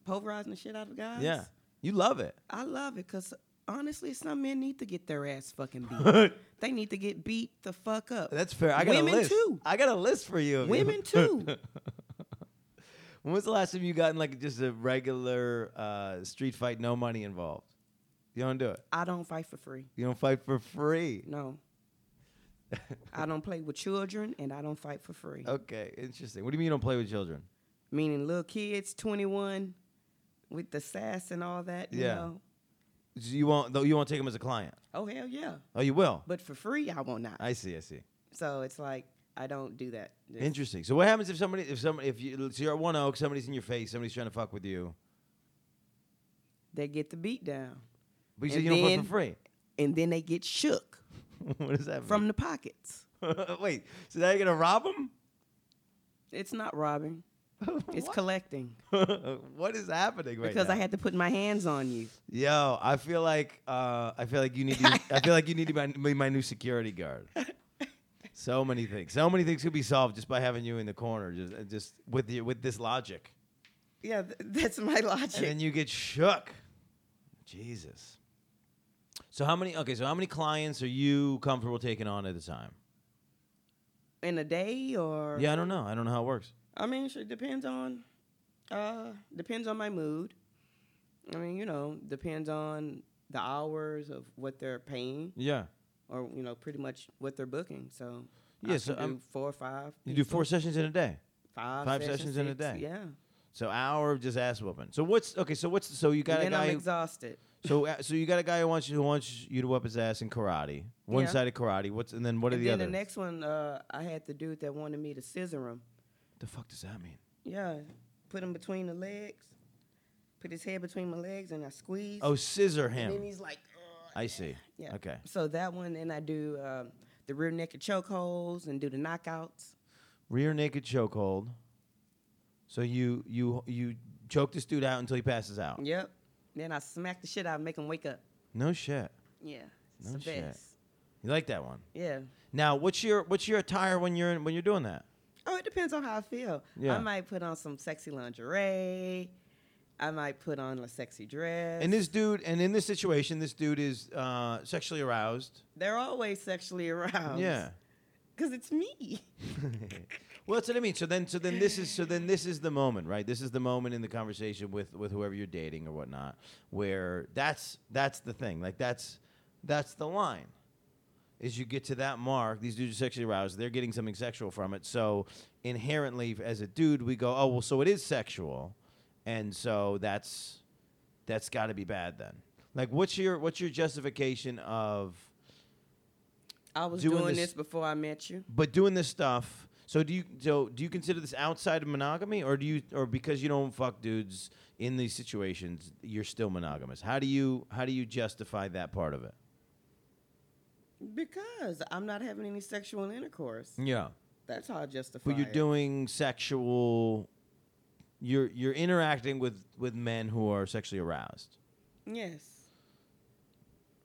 S2: pulverizing the shit out of guys.
S1: yeah. You love it.
S2: I love it because honestly, some men need to get their ass fucking beat. they need to get beat the fuck up.
S1: That's fair. I got
S2: Women
S1: a list.
S2: too.
S1: I got a list for you.
S2: Women too.
S1: When was the last time you got in like just a regular uh, street fight, no money involved? You don't do it.
S2: I don't fight for free.
S1: You don't fight for free.
S2: No. I don't play with children and I don't fight for free.
S1: Okay, interesting. What do you mean you don't play with children?
S2: Meaning little kids, 21, with the sass and all that. You
S1: Yeah.
S2: Know?
S1: So You won't. though You won't take them as a client.
S2: Oh, hell yeah.
S1: Oh, you will.
S2: But for free, I will not.
S1: I see. I see.
S2: so it's like, I don't do that. It's-
S1: Interesting. So what happens if somebody, if somebody, if you, so you're at one oak, somebody's in your face, somebody's trying to fuck with you,
S2: They get the beat down
S1: but you said
S2: And
S1: you don't play
S2: then-
S1: for free.
S2: and then they get shook
S1: what does that
S2: from the pockets.
S1: mean? Wait. So now you're gonna rob them?
S2: It's not robbing, it's collecting
S1: what is happening right
S2: because
S1: now?
S2: I had to put my hands on you.
S1: Yo, I feel like uh, I feel like you need to, I feel like you need to be my, be my new security guard. So many things. So many things could be solved just by having you in the corner, just uh, just with your with this logic.
S2: Yeah, th- that's my logic.
S1: And then you get shook. Jesus. So how many okay, so how many clients are you comfortable taking on at a time?
S2: in a day or
S1: Yeah, I don't know. I don't know how it works.
S2: I mean, it depends on uh depends on my mood. I mean, you know, depends on the hours of what they're paying
S1: Yeah.
S2: or you know, pretty much what they're booking. So I
S1: Yeah,
S2: can
S1: so, um,
S2: do four or five.
S1: You do
S2: people,
S1: four sessions in a day.
S2: five
S1: five sessions in a
S2: six,
S1: day.
S2: Yeah,
S1: So hour of just ass whooping. So what's okay, so what's so you got
S2: and
S1: a
S2: then
S1: guy
S2: I'm
S1: who-
S2: exhausted.
S1: So, uh, so you got a guy who wants you who wants you to whip his ass in karate, one
S2: Yeah.
S1: sided karate. What's and then what are
S2: and
S1: the
S2: then
S1: other?
S2: the next one, uh, I had the dude that wanted me to scissor him.
S1: the fuck does that mean?
S2: Yeah, put him between the legs, put his head between my legs, and I squeeze.
S1: Oh, scissor
S2: and then
S1: him.
S2: he's like, "Ugh."
S1: I see.
S2: Yeah.
S1: Okay.
S2: So that one, and I do um, the rear naked chokeholds and do the knockouts.
S1: Rear naked chokehold. So you you you choke this dude out until he passes out.
S2: Yep. Then I smack the shit out and make him wake up.
S1: No shit.
S2: Yeah. It's
S1: No
S2: the
S1: shit.
S2: best.
S1: You like that one?
S2: Yeah.
S1: Now, what's your what's your attire when you're in, when you're doing that?
S2: Oh, it depends on how I feel.
S1: Yeah.
S2: I might put on some sexy lingerie. I might put on a sexy dress.
S1: And this dude, and in this situation, this dude is uh, sexually aroused.
S2: They're always sexually aroused.
S1: Yeah.
S2: because it's me.
S1: Well, that's what I mean. So then, so then this is so then this is the moment, right? This is the moment in the conversation with with whoever you're dating or whatnot, where that's that's the thing. Like that's that's the line. Is you get to that mark, these dudes are sexually aroused. They're getting something sexual from it. So inherently, as a dude, we go, oh well, so it is sexual, and so that's that's got to be bad then. Like, what's your what's your justification of
S2: I was
S1: Doing
S2: doing,
S1: this-
S2: this before I met you.
S1: but doing this stuff so do you so do you consider this outside of monogamy or do you or because you don't fuck dudes in these situations you're still monogamous how do you how do you justify that part of it
S2: Because I'm not having any sexual intercourse.
S1: yeah
S2: That's how I justify
S1: but you're
S2: it.
S1: doing sexual you're you're interacting with with men who are sexually aroused
S2: Yes.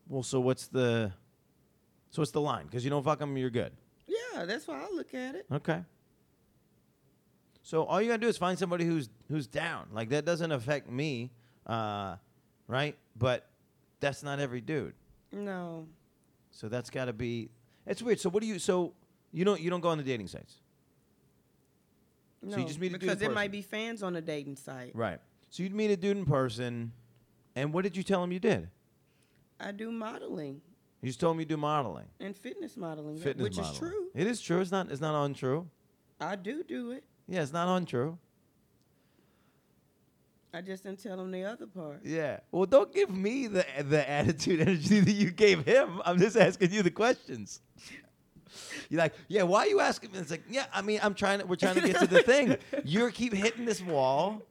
S1: well so what's the so what's the line because you don't fuck them you're good
S2: Yeah, that's why I look at it.
S1: Okay. So all you gotta do is find somebody who's who's down. Like that doesn't affect me, uh, right? But that's not every dude.
S2: No.
S1: So that's gotta be. It's weird. So what do you? So you don't you don't go on the dating sites,
S2: No.
S1: you just meet a dude in
S2: because there
S1: person.
S2: might be fans on a dating site.
S1: right? So you'd meet a dude in person, and what did you tell him you did?
S2: I do modeling
S1: You just told him you do modeling,
S2: and fitness modeling, that-
S1: fitness
S2: which
S1: modeling.
S2: is true.
S1: It is true. It's not. It's not untrue.
S2: I do do it.
S1: Yeah, it's not untrue.
S2: I just didn't tell them the other part.
S1: Yeah. Well, don't give me the the attitude energy that you gave him. I'm just asking you the questions. You're like, yeah. Why are you asking me? It's like, yeah. I mean, I'm trying. To, we're trying to get to the thing. You keep hitting this wall,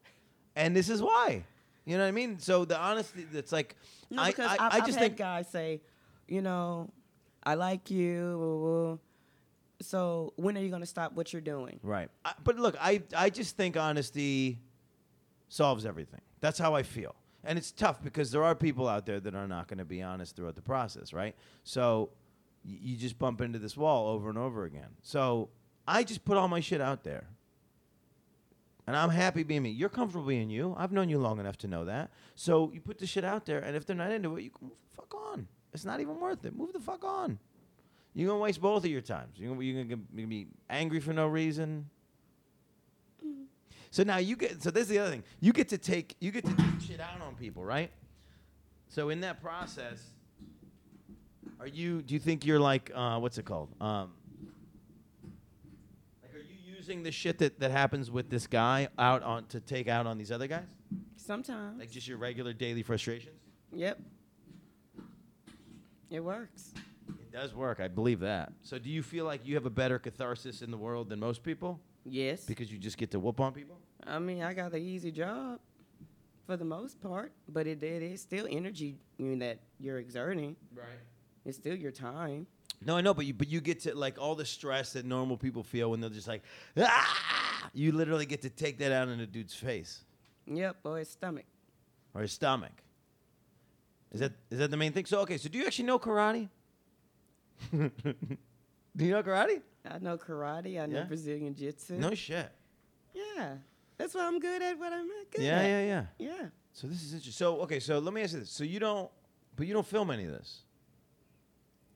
S1: and this is why. You know what I mean? So the honesty. That's like,
S2: No,
S1: I,
S2: because
S1: I,
S2: I,
S1: I
S2: have
S1: just
S2: had
S1: think.
S2: guys say, you know, I like you. woo, woo. So when are you going to stop what you're doing?
S1: Right. I, but look, I, I just think honesty solves everything. That's how I feel. And it's tough because there are people out there that are not going to be honest throughout the process, right? So y- you just bump into this wall over and over again. So I just put all my shit out there. And I'm happy being me. You're comfortable being you. I've known you long enough to know that. So you put the shit out there, and if they're not into it, you can move the fuck on. It's not even worth it. Move the fuck on. You're gonna waste both of your times. You're gonna, you're gonna be- be angry for no reason. So now you get. So this is the other thing. You get to take. You get to take shit out on people, right? So in that process, are you? Do you think you're like? Uh, what's it called? Um, like, are you using the shit that that happens with this guy out on to take out on these other guys?
S2: Sometimes.
S1: Like just your regular daily frustrations.
S2: Yep. It works.
S1: It does work. I believe that. So do you feel like you have a better catharsis in the world than most people?
S2: Yes.
S1: Because you just get to whoop on people?
S2: I mean, I got an easy job for the most part, but it, it is still energy you know, that you're exerting.
S1: Right.
S2: It's still your time.
S1: No, I know, but you but you get to like all the stress that normal people feel when they're just like, ah! You literally get to take that out in a dude's face
S2: Yep, or his stomach.
S1: or his stomach. Is that is that the main thing? So okay, so do you actually know karate? do you know karate?
S2: I know karate. I know
S1: Yeah?
S2: Brazilian jiu-jitsu.
S1: No shit.
S2: Yeah. That's what I'm good at, what I'm not good
S1: Yeah,
S2: at.
S1: yeah, yeah.
S2: yeah.
S1: So this is interesting. So okay, so let me ask you this. So you don't, but you don't film any of this.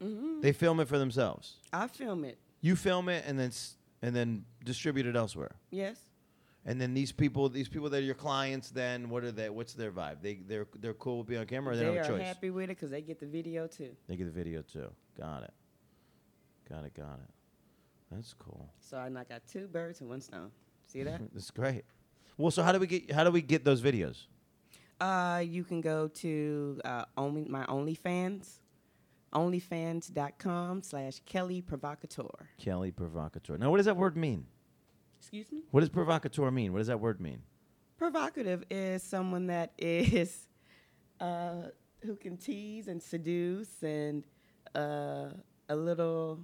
S2: hmm
S1: They film it for themselves.
S2: I film it.
S1: You film it and then s- and then distribute it elsewhere.
S2: Yes.
S1: And then these people, these people that are your clients, then what are they? What's their vibe? They they're they're cool with being on camera. Or they,
S2: they
S1: don't have a
S2: are
S1: choice.
S2: happy with it because they get the video too.
S1: They get the video too. Got it. Got it. Got it. That's cool.
S2: So I knock out two birds in one stone. See that?
S1: That's great. Well, so how do we get how do we get those videos? Mm-hmm.
S2: Uh, you can go to uh, only my OnlyFans, onlyfans.com slash Kelly Provocateur.
S1: Kelly provocateur. Now, what does that word mean?
S2: Excuse me?
S1: What does provocateur mean? What does that word mean?
S2: Provocative is someone that is uh, who can tease and seduce and uh, a little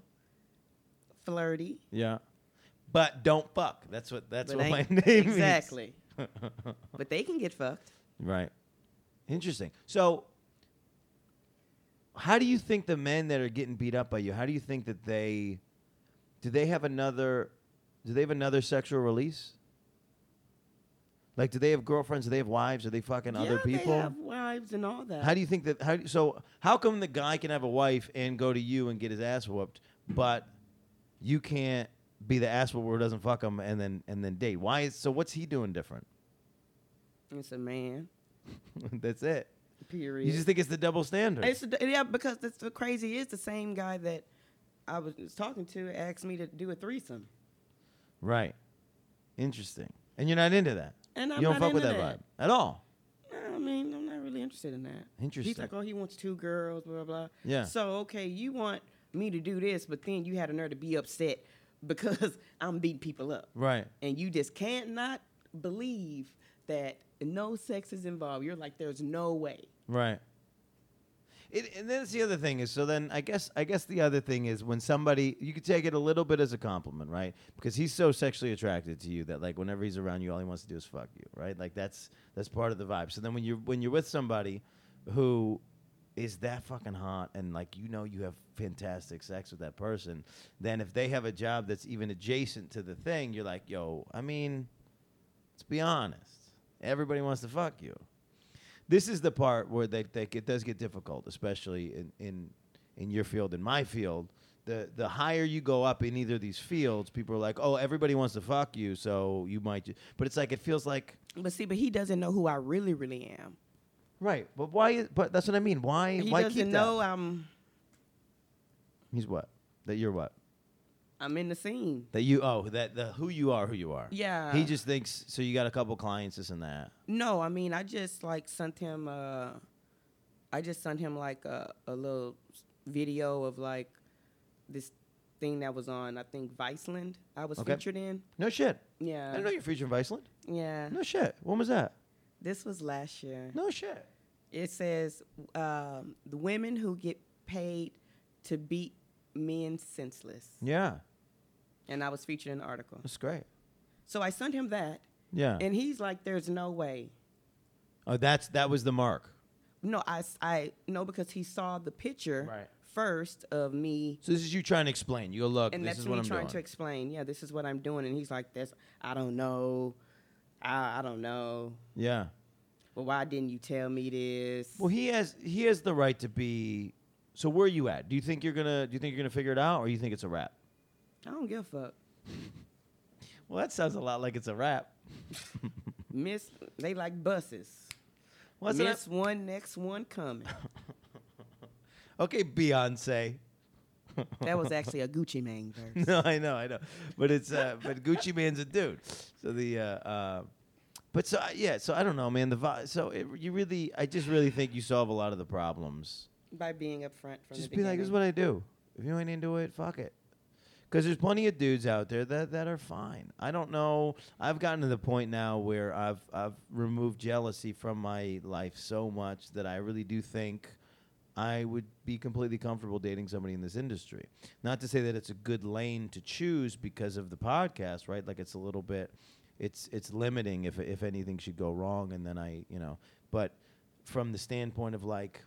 S2: flirty.
S1: Yeah. But don't fuck. That's what that's
S2: but
S1: what my
S2: ain't-
S1: name means.
S2: Exactly. but they can get fucked.
S1: Right. Interesting. So, how do you think the men that are getting beat up by you? How do you think that they do they have another do they have another sexual release? Like, do they have girlfriends? Do they have wives? Are they fucking other
S2: Yeah,
S1: people?
S2: They have wives and all that.
S1: How do you think that? How do you- so? How come the guy can have a wife and go to you and get his ass whooped, but you can't be the ass whoopper who doesn't fuck him and then and then date. Why is so? What's he doing different?
S2: It's a man.
S1: That's it.
S2: Period.
S1: You just think it's the double standard.
S2: It's a, yeah, because that's the crazy is the same guy that I was talking to asked me to do a threesome,
S1: right. Interesting. And you're not into that.
S2: and I'm
S1: you don't
S2: not
S1: fuck with
S2: into
S1: that, vibe at all.
S2: No, I mean, I'm not really interested in that. He's
S1: Interesting.
S2: like, oh, he wants two girls, blah blah. blah.
S1: Yeah.
S2: So okay, you want me to do this, but then you had a nerve to be upset because I'm beating people up,
S1: Right.
S2: and you just can't not believe that no sex is involved. You're like, there's no way.
S1: Right. It, and then it's the other thing is so then I guess I guess the other thing is when somebody you could take it a little bit as a compliment, right? Because he's so sexually attracted to you that like whenever he's around you all he wants to do is fuck you, right? Like that's that's part of the vibe. So then when you're when you're with somebody who is that fucking hot and like you know you have fantastic sex with that person, then if they have a job that's even adjacent to the thing, you're like, "Yo, I mean, let's be honest. Everybody wants to fuck you." this is the part where they, they it does get difficult, especially in, in in your field, in my field. The the higher you go up in either of these fields, people are like, oh, everybody wants to fuck you, so you might. Ju-. But it's like it feels like
S2: But see, but he doesn't know who I really, really am.
S1: right. But why? is- But that's what I mean. Why?
S2: He
S1: why keep
S2: doesn't know
S1: that?
S2: I'm
S1: He's what? That you're what?
S2: I'm in the scene.
S1: That you? Oh, that the who you are, who you are.
S2: Yeah.
S1: He just thinks so. You got a couple clients, this and that.
S2: No, I mean I just like sent him. Uh, I just sent him like a, a little s- video of like this thing that was on. I think Viceland. I was
S1: Okay.
S2: featured in.
S1: No shit. I
S2: Yeah.
S1: didn't know you're featuring Viceland.
S2: Yeah.
S1: No shit. When was that?
S2: This was last year.
S1: No shit.
S2: It says um, the women who get paid to beat men senseless,
S1: Yeah,
S2: and I was featured in the article.
S1: that's great.
S2: So I sent him that,
S1: Yeah.
S2: and he's like, "There's no way."
S1: oh, that's that was the mark.
S2: No, I, s- I no because he saw the picture
S1: Right.
S2: first of me
S1: So this is you trying to explain. You go look.
S2: and
S1: this
S2: that's
S1: is
S2: me
S1: what I'm
S2: trying
S1: doing.
S2: to explain. Yeah, this is what I'm doing, and he's like, "That's I don't know, I, I don't know.
S1: yeah.
S2: Well, why didn't you tell me this?
S1: Well, he has he has the right to be. So where are you at? Do you think you're gonna do you think you're gonna figure it out, or you think it's a wrap?
S2: I don't give a fuck,
S1: Well, that sounds a lot like it's a wrap.
S2: Miss. They like buses.
S1: What's
S2: Miss one, next one coming.
S1: Okay, Beyonce.
S2: that was actually a Gucci Mane verse.
S1: no, I know, I know, but it's uh, but Gucci Man's a dude. So the uh, uh, but so I- yeah, so I don't know, man. The vi- so it, you really, I just really think you solve a lot of the problems
S2: By being upfront from
S1: just
S2: the
S1: be like,
S2: beginning.
S1: this is what I do. If you ain't into it, fuck it. Because there's plenty of dudes out there that, that are fine. I don't know. I've gotten to the point now where I've I've removed jealousy from my life so much that I really do think I would be completely comfortable dating somebody in this industry. Not to say that it's a good lane to choose because of the podcast, right? Like it's a little bit, it's it's limiting if if anything should go wrong, and then I you know. But from the standpoint of like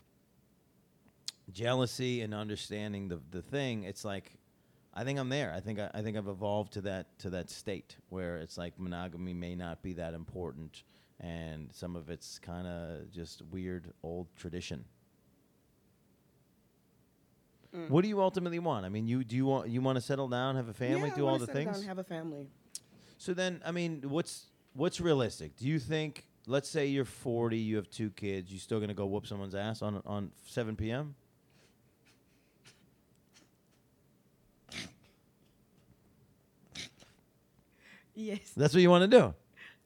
S1: jealousy and understanding the the thing, it's like I think I'm there. I think I, I think I've evolved to that to that state where it's like monogamy may not be that important, and some of it's kind of just weird old tradition.
S2: Mm.
S1: What do you ultimately want? I mean, you do you want you want to settle down, have a family,
S2: yeah, I
S1: do
S2: wanna
S1: all the
S2: settle down
S1: things?
S2: and have a family.
S1: So then, I mean, what's what's realistic? Do you think? Let's say you're 40, you have two kids, you still gonna go whoop someone's ass on on 7 p.m.
S2: Yes,
S1: That's what you want to do.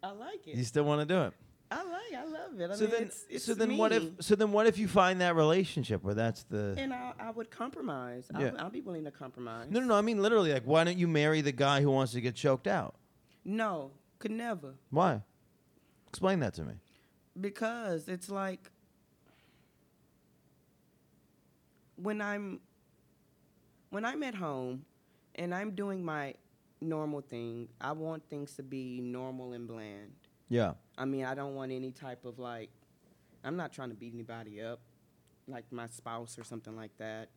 S2: I like it.
S1: You still want to do it.
S2: I like. I love it. I
S1: so
S2: mean,
S1: then,
S2: it's, it's
S1: so then, what if?
S2: me.
S1: So then, what if you find that relationship where that's the?
S2: And I, I would compromise.
S1: Yeah.
S2: I'll, I'll be willing to compromise.
S1: no, no, no. I mean, literally, like, why don't you marry the guy who wants to get choked out?
S2: No, could never.
S1: Why? Explain that to me.
S2: Because it's like when I'm when I'm at home and I'm doing my normal thing, I want things to be normal and bland.
S1: Yeah.
S2: I mean, I don't want any type of like I'm not trying to beat anybody up, like my spouse or something like that.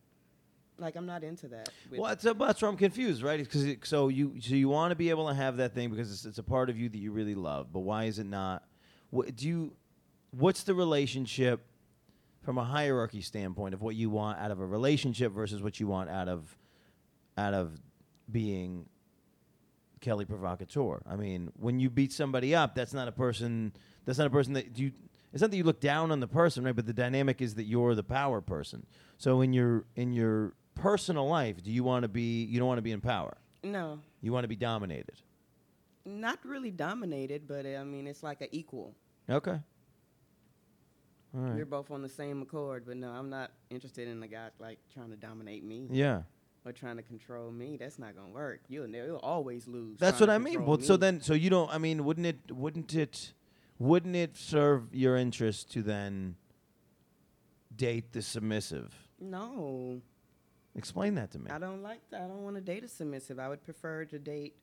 S2: Like I'm not into that. with-
S1: Well, that's, uh, that's where I'm confused, right? Because so you so you want to be able to have that thing because it's, it's a part of you that you really love, but why is it not? What do you? What's the relationship from a hierarchy standpoint of what you want out of a relationship versus what you want out of out of being Kelly provocateur. I mean, when you beat somebody up, that's not a person. That's not a person that you. It's not that you look down on the person, right? But the dynamic is that you're the power person. So in your in your personal life, do you want to be? You don't want to be in power.
S2: No,
S1: You want to be dominated.
S2: not really dominated, but I mean, it's like an equal.
S1: Okay. All right.
S2: We're both on the same accord, but no, I'm not interested in a guy like trying to dominate me
S1: Yeah.
S2: or trying to control me. That's not gonna work. You'll, ne- you'll always lose.
S1: That's
S2: trying
S1: what I
S2: to
S1: mean.
S2: control
S1: Well, so
S2: me.
S1: then, so you don't. I mean, wouldn't it? Wouldn't it? Wouldn't it serve your interest to then date the submissive?
S2: no,
S1: Explain that to me.
S2: I don't like that. I don't want to date a submissive. I would prefer to date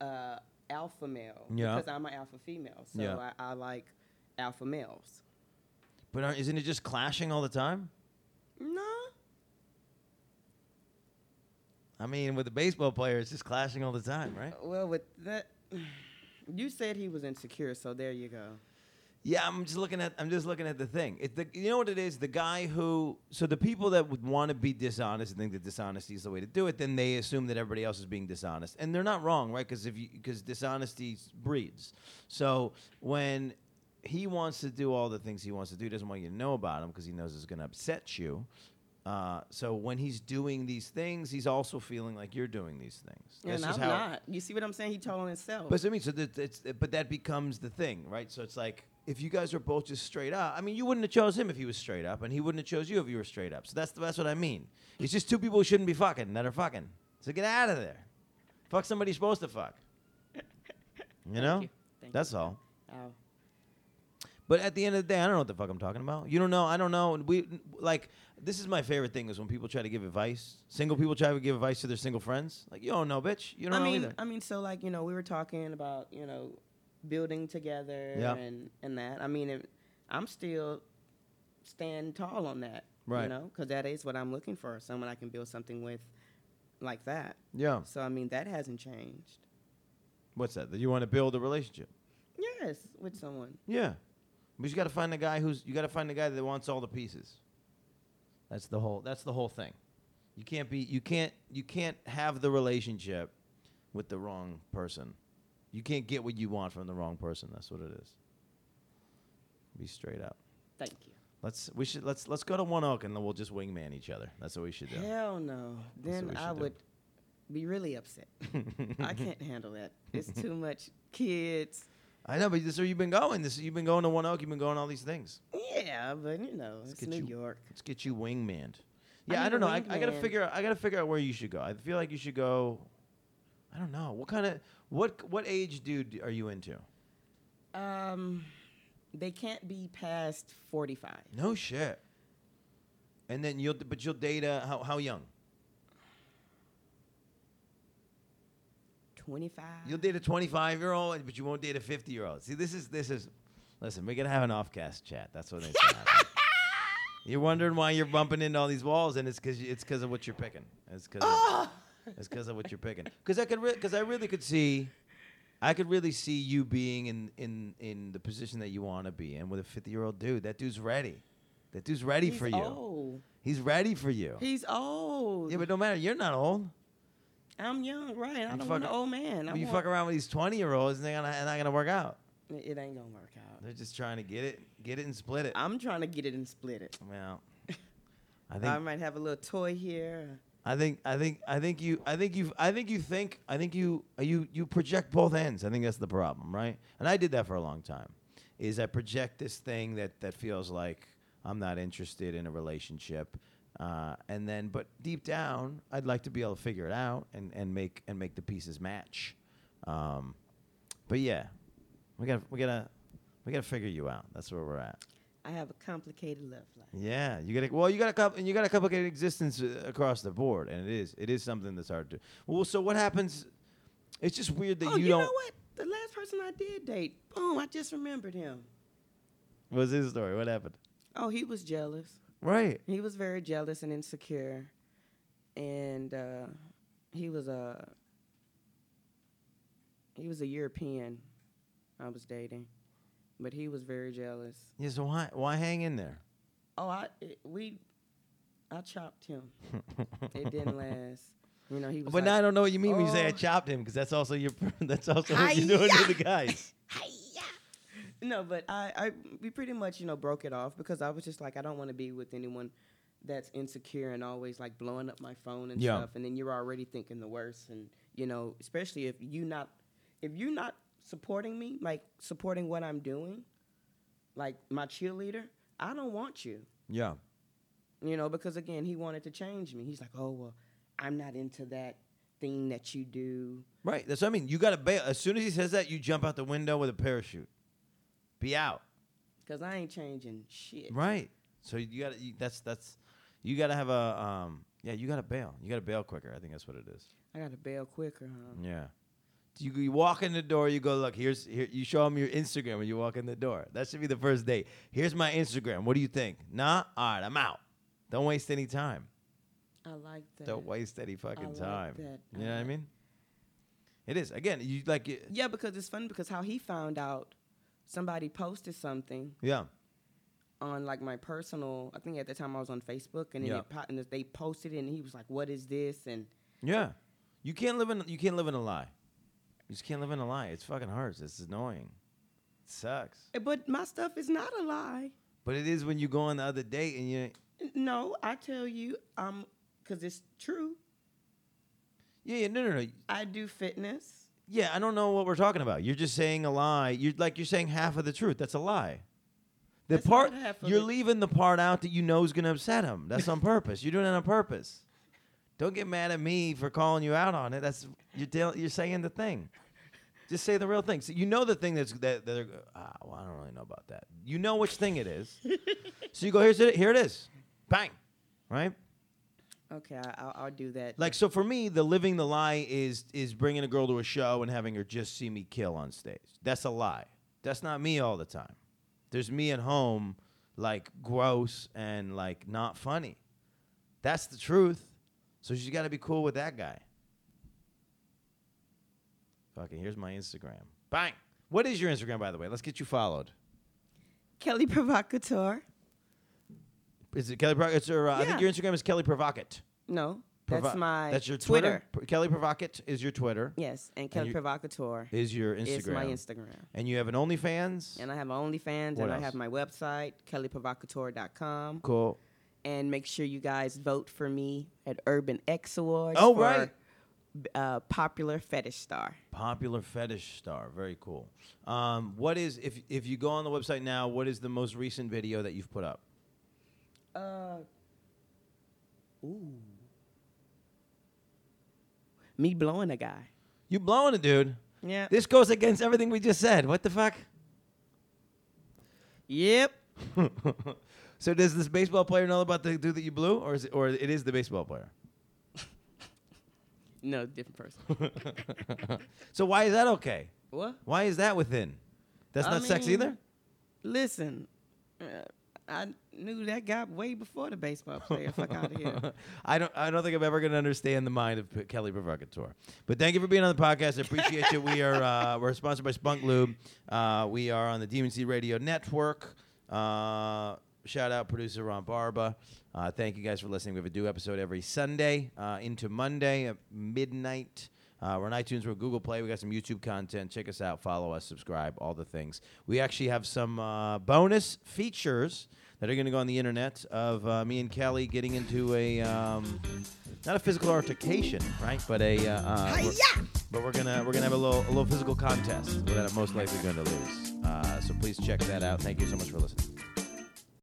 S2: uh, alpha male
S1: Yeah.
S2: because I'm an alpha female. So
S1: Yeah.
S2: I, I like alpha males.
S1: But aren't, isn't it just clashing all the time?
S2: No,
S1: I mean, with the baseball player, it's just clashing all the time, right?
S2: well with that, you said he was insecure, so there you go.
S1: Yeah, I'm just looking at. I'm just looking at the thing. It, the, you know what it is? The guy who. So the people that would want to be dishonest and think that dishonesty is the way to do it, then they assume that everybody else is being dishonest, and they're not wrong, right? Because if you because dishonesty breeds. So when he wants to do all the things he wants to do, he doesn't want you to know about him because he knows it's going to upset you. Uh, so when he's doing these things, he's also feeling like you're doing these things. That's
S2: and
S1: just
S2: I'm
S1: how-
S2: not. You see what I'm saying? He told on himself.
S1: But so I mean, so that it's, but that becomes the thing, right? So it's like if you guys are both just straight up. I mean, you wouldn't have chose him if he was straight up, and he wouldn't have chose you if you were straight up. So that's that's what I mean. It's just two people who shouldn't be fucking that are fucking. So get out of there. Fuck somebody you're supposed to fuck. You know,
S2: you. Thank
S1: that's all.
S2: Oh.
S1: But at the end of the day, I don't know what the fuck I'm talking about. You don't know. I don't know. And we like this is my favorite thing is when people try to give advice. Single people try to give advice to their single friends. Like you don't know, bitch. You don't
S2: I
S1: know
S2: mean, uh,
S1: either.
S2: I mean, so like you know, we were talking about you know, building together
S1: Yeah.
S2: and and that. I mean, it, I'm still stand tall on that,
S1: Right.
S2: You know, because that is what I'm looking for, someone I can build something with, like that.
S1: yeah.
S2: So I mean, that hasn't changed.
S1: What's that? That you want to build a relationship.
S2: Yes, with someone.
S1: Yeah, but you got to find the guy who's you got to find the guy that wants all the pieces. That's the whole. That's the whole thing. You can't be. You can't. You can't have the relationship with the wrong person. You can't get what you want from the wrong person. That's what it is. Be straight up.
S2: Thank you.
S1: Let's we should let's let's go to one oak and then we'll just wingman each other. That's what we should do.
S2: Hell no.
S1: That's what
S2: Then
S1: we
S2: I
S1: should do.
S2: would be really upset. I can't handle that. It's too much kids.
S1: I know, but this is where you've been going. This you've been going to one oak. You've been going to all these things.
S2: Yeah, but you know, it's
S1: get
S2: New
S1: you-
S2: York.
S1: Let's get you wingmaned. Yeah, I,
S2: need a
S1: don't know. I, I gotta
S2: wingman.
S1: figure. out I gotta figure out where you should go. I feel like you should go. I don't know. What kind of what what age dude are you into?
S2: Um, they can't be past forty-five.
S1: No shit. And then you'll but you'll date a how how young?
S2: Twenty-five.
S1: You'll date a twenty five year old, but you won't date a fifty year old. See, this is this is. Listen, we're gonna have an offcast chat. That's what they say. You're wondering why you're bumping into all these walls, and it's because it's because of what you're picking. It's because.
S2: Oh, Ah,
S1: It's because of what you're picking. Because I could, because I really could see, I could really see you being in in in the position that you want to be in with a 50 year old dude. That dude's ready. That dude's ready
S2: He's
S1: for you.
S2: Old.
S1: He's ready for you.
S2: He's old.
S1: yeah, but no matter. You're not old.
S2: I'm young, right? I
S1: You
S2: don't want an
S1: fuck-
S2: old man. I
S1: you
S2: want-
S1: fuck around with these 20 year olds, and they're gonna, they're not gonna work out.
S2: It it ain't gonna work out.
S1: They're just trying to get it, get it, and split it.
S2: I'm trying to get it and split it.
S1: Well, I
S2: I,
S1: think
S2: might have a little toy here.
S1: I think I think I think you I think you I think you think I think you uh, you you project both ends. I think that's the problem, right? And I did that for a long time. Is I project this thing that that feels like I'm not interested in a relationship, uh, and then but deep down I'd like to be able to figure it out and and make and make the pieces match. Um, but yeah, we got to we gotta we gotta figure you out. That's where we're at.
S2: I have a complicated love life.
S1: Yeah, you got a well, you got a couple, and you got a complicated existence uh, across the board, and it is it is something that's hard to. Well, so what happens? It's just weird that
S2: oh,
S1: you,
S2: you,
S1: don't.
S2: know what? The last person I did date, boom! I just remembered him.
S1: What was his story? What happened?
S2: Oh, he was jealous.
S1: Right.
S2: He was very jealous and insecure, and uh, he was a he was a European. I was dating, but he was very jealous.
S1: Yeah. So why why hang in there?
S2: Oh, I it- we I chopped him. It didn't last. You know, he was
S1: But
S2: like,
S1: now I don't know what you mean when you say I
S2: "Oh."
S1: chopped him because that's also your that's also what you're doing to the guys.
S2: No, but I, I we pretty much you know broke it off because I was just like I don't want to be with anyone that's insecure and always like blowing up my phone and
S1: Yeah.
S2: stuff, and then you're already thinking the worst, and you know especially if you not if you not supporting me like supporting what I'm doing, like my cheerleader, I don't want you,
S1: Yeah.
S2: you know because again he wanted to change me. He's like, oh well, I'm not into that thing that you do.
S1: Right. That's what I mean. You got to bail. As soon as he says that, you jump out the window with a parachute. Be out.
S2: Cause I ain't changing shit.
S1: Right. So you got to that's that's you got to have a um yeah, you got to bail. You got to bail quicker. I think that's what it is.
S2: I gotta bail quicker, huh?
S1: Yeah. You, you walk in the door, you go, look, here's here, you show him your Instagram when you walk in the door. That should be the first date. Here's my Instagram. What do you think? Nah? All right, I'm out. Don't waste any time.
S2: I like that.
S1: Don't waste any fucking
S2: like
S1: time.
S2: that.
S1: You know what I
S2: Uh,
S1: mean? It is. Again, you like y-
S2: Yeah, because it's funny because how he found out somebody posted something
S1: yeah.
S2: on like my personal. I think at the time I was on Facebook, and then
S1: Yeah.
S2: it po- and they posted it, and he was like, "What is this?" And
S1: Yeah, you can't live in you can't live in a lie. You just can't live in a lie. It's fucking hurts. It's annoying. It sucks.
S2: eh, but my stuff is not a lie.
S1: But it is when you go on the other date and you
S2: No, I tell you, um, because it's true.
S1: yeah, yeah no no no
S2: I do fitness.
S1: yeah I don't know what we're talking about. You're just saying a lie. You're like you're saying half of the truth. That's a lie. The
S2: That's
S1: part
S2: not half of
S1: you're
S2: it.
S1: leaving the part out that you know is gonna upset him. That's on purpose. You're doing it on purpose. Don't get mad at me for calling you out on it. That's you're del- you're saying the thing. Just say the real thing. So you know the thing that's that. that are, ah, well, I don't really know about that. You know which thing it is. so you go here's it. Here it is. Bang. Right.
S2: Okay, I, I'll, I'll do that.
S1: Like so for me, the living the lie is is bringing a girl to a show and having her just see me kill on stage. That's a lie. That's not me all the time. There's me at home, like gross and like not funny. That's the truth. So she's got to be cool with that guy. Fucking here's my Instagram. Bang. What is your Instagram by the way? Let's get you followed.
S2: Kelly Provocateur.
S1: Is it Kelly? Pro- it's her, uh, I think
S2: Yeah.
S1: your Instagram is Kelly Provocate.
S2: No,
S1: Provo-
S2: that's my.
S1: That's your Twitter. Pro- Kelly Provocate is your Twitter.
S2: Yes, and Kelly
S1: you-
S2: Provocateur
S1: Is your Instagram?
S2: is my Instagram.
S1: And you have an OnlyFans.
S2: And I have OnlyFans,
S1: What
S2: and I
S1: else?
S2: have my website, kellyprovocateur.com.
S1: cool.
S2: and make sure you guys vote for me at Urban X Awards.
S1: Oh,
S2: for,
S1: right.
S2: Uh, popular fetish star.
S1: Popular fetish star. Very cool. Um, what is if if you go on the website now? What is the most recent video that you've put up?
S2: Uh, ooh, me blowing a guy.
S1: You blowing it, dude.
S2: Yeah.
S1: This goes against everything we just said. What the fuck?
S2: yep.
S1: so does this baseball player know about the dude that you blew, or is it, or it is the baseball player?
S2: No, different person.
S1: so why is that okay?
S2: what?
S1: Why is that within? That's
S2: I
S1: not sex
S2: mean-
S1: either.
S2: Listen, uh, I knew that guy way before the baseball player. Fuck out of here.
S1: I don't. I don't think I'm ever going to understand the mind of P- Kelly Provocateur. But thank you for being on the podcast. I appreciate you. We are uh, we're sponsored by Spunk Lube. Uh, we are on the Demon Seed Radio Network. Uh, shout out producer Ron Barba. Uh, thank you guys for listening. We have a new episode every Sunday uh, into Monday at midnight. Uh, we're on iTunes. We're on Google Play. We got some YouTube content. Check us out. Follow us. Subscribe. All the things. We actually have some uh, bonus features that are going to go on the internet of uh, me and Kelly getting into a um, not a physical altercation, right? But a uh, uh, we're- but we're gonna we're gonna have a little a little physical contest that I'm most likely going to lose. Uh, so please check that out. Thank you so much for listening.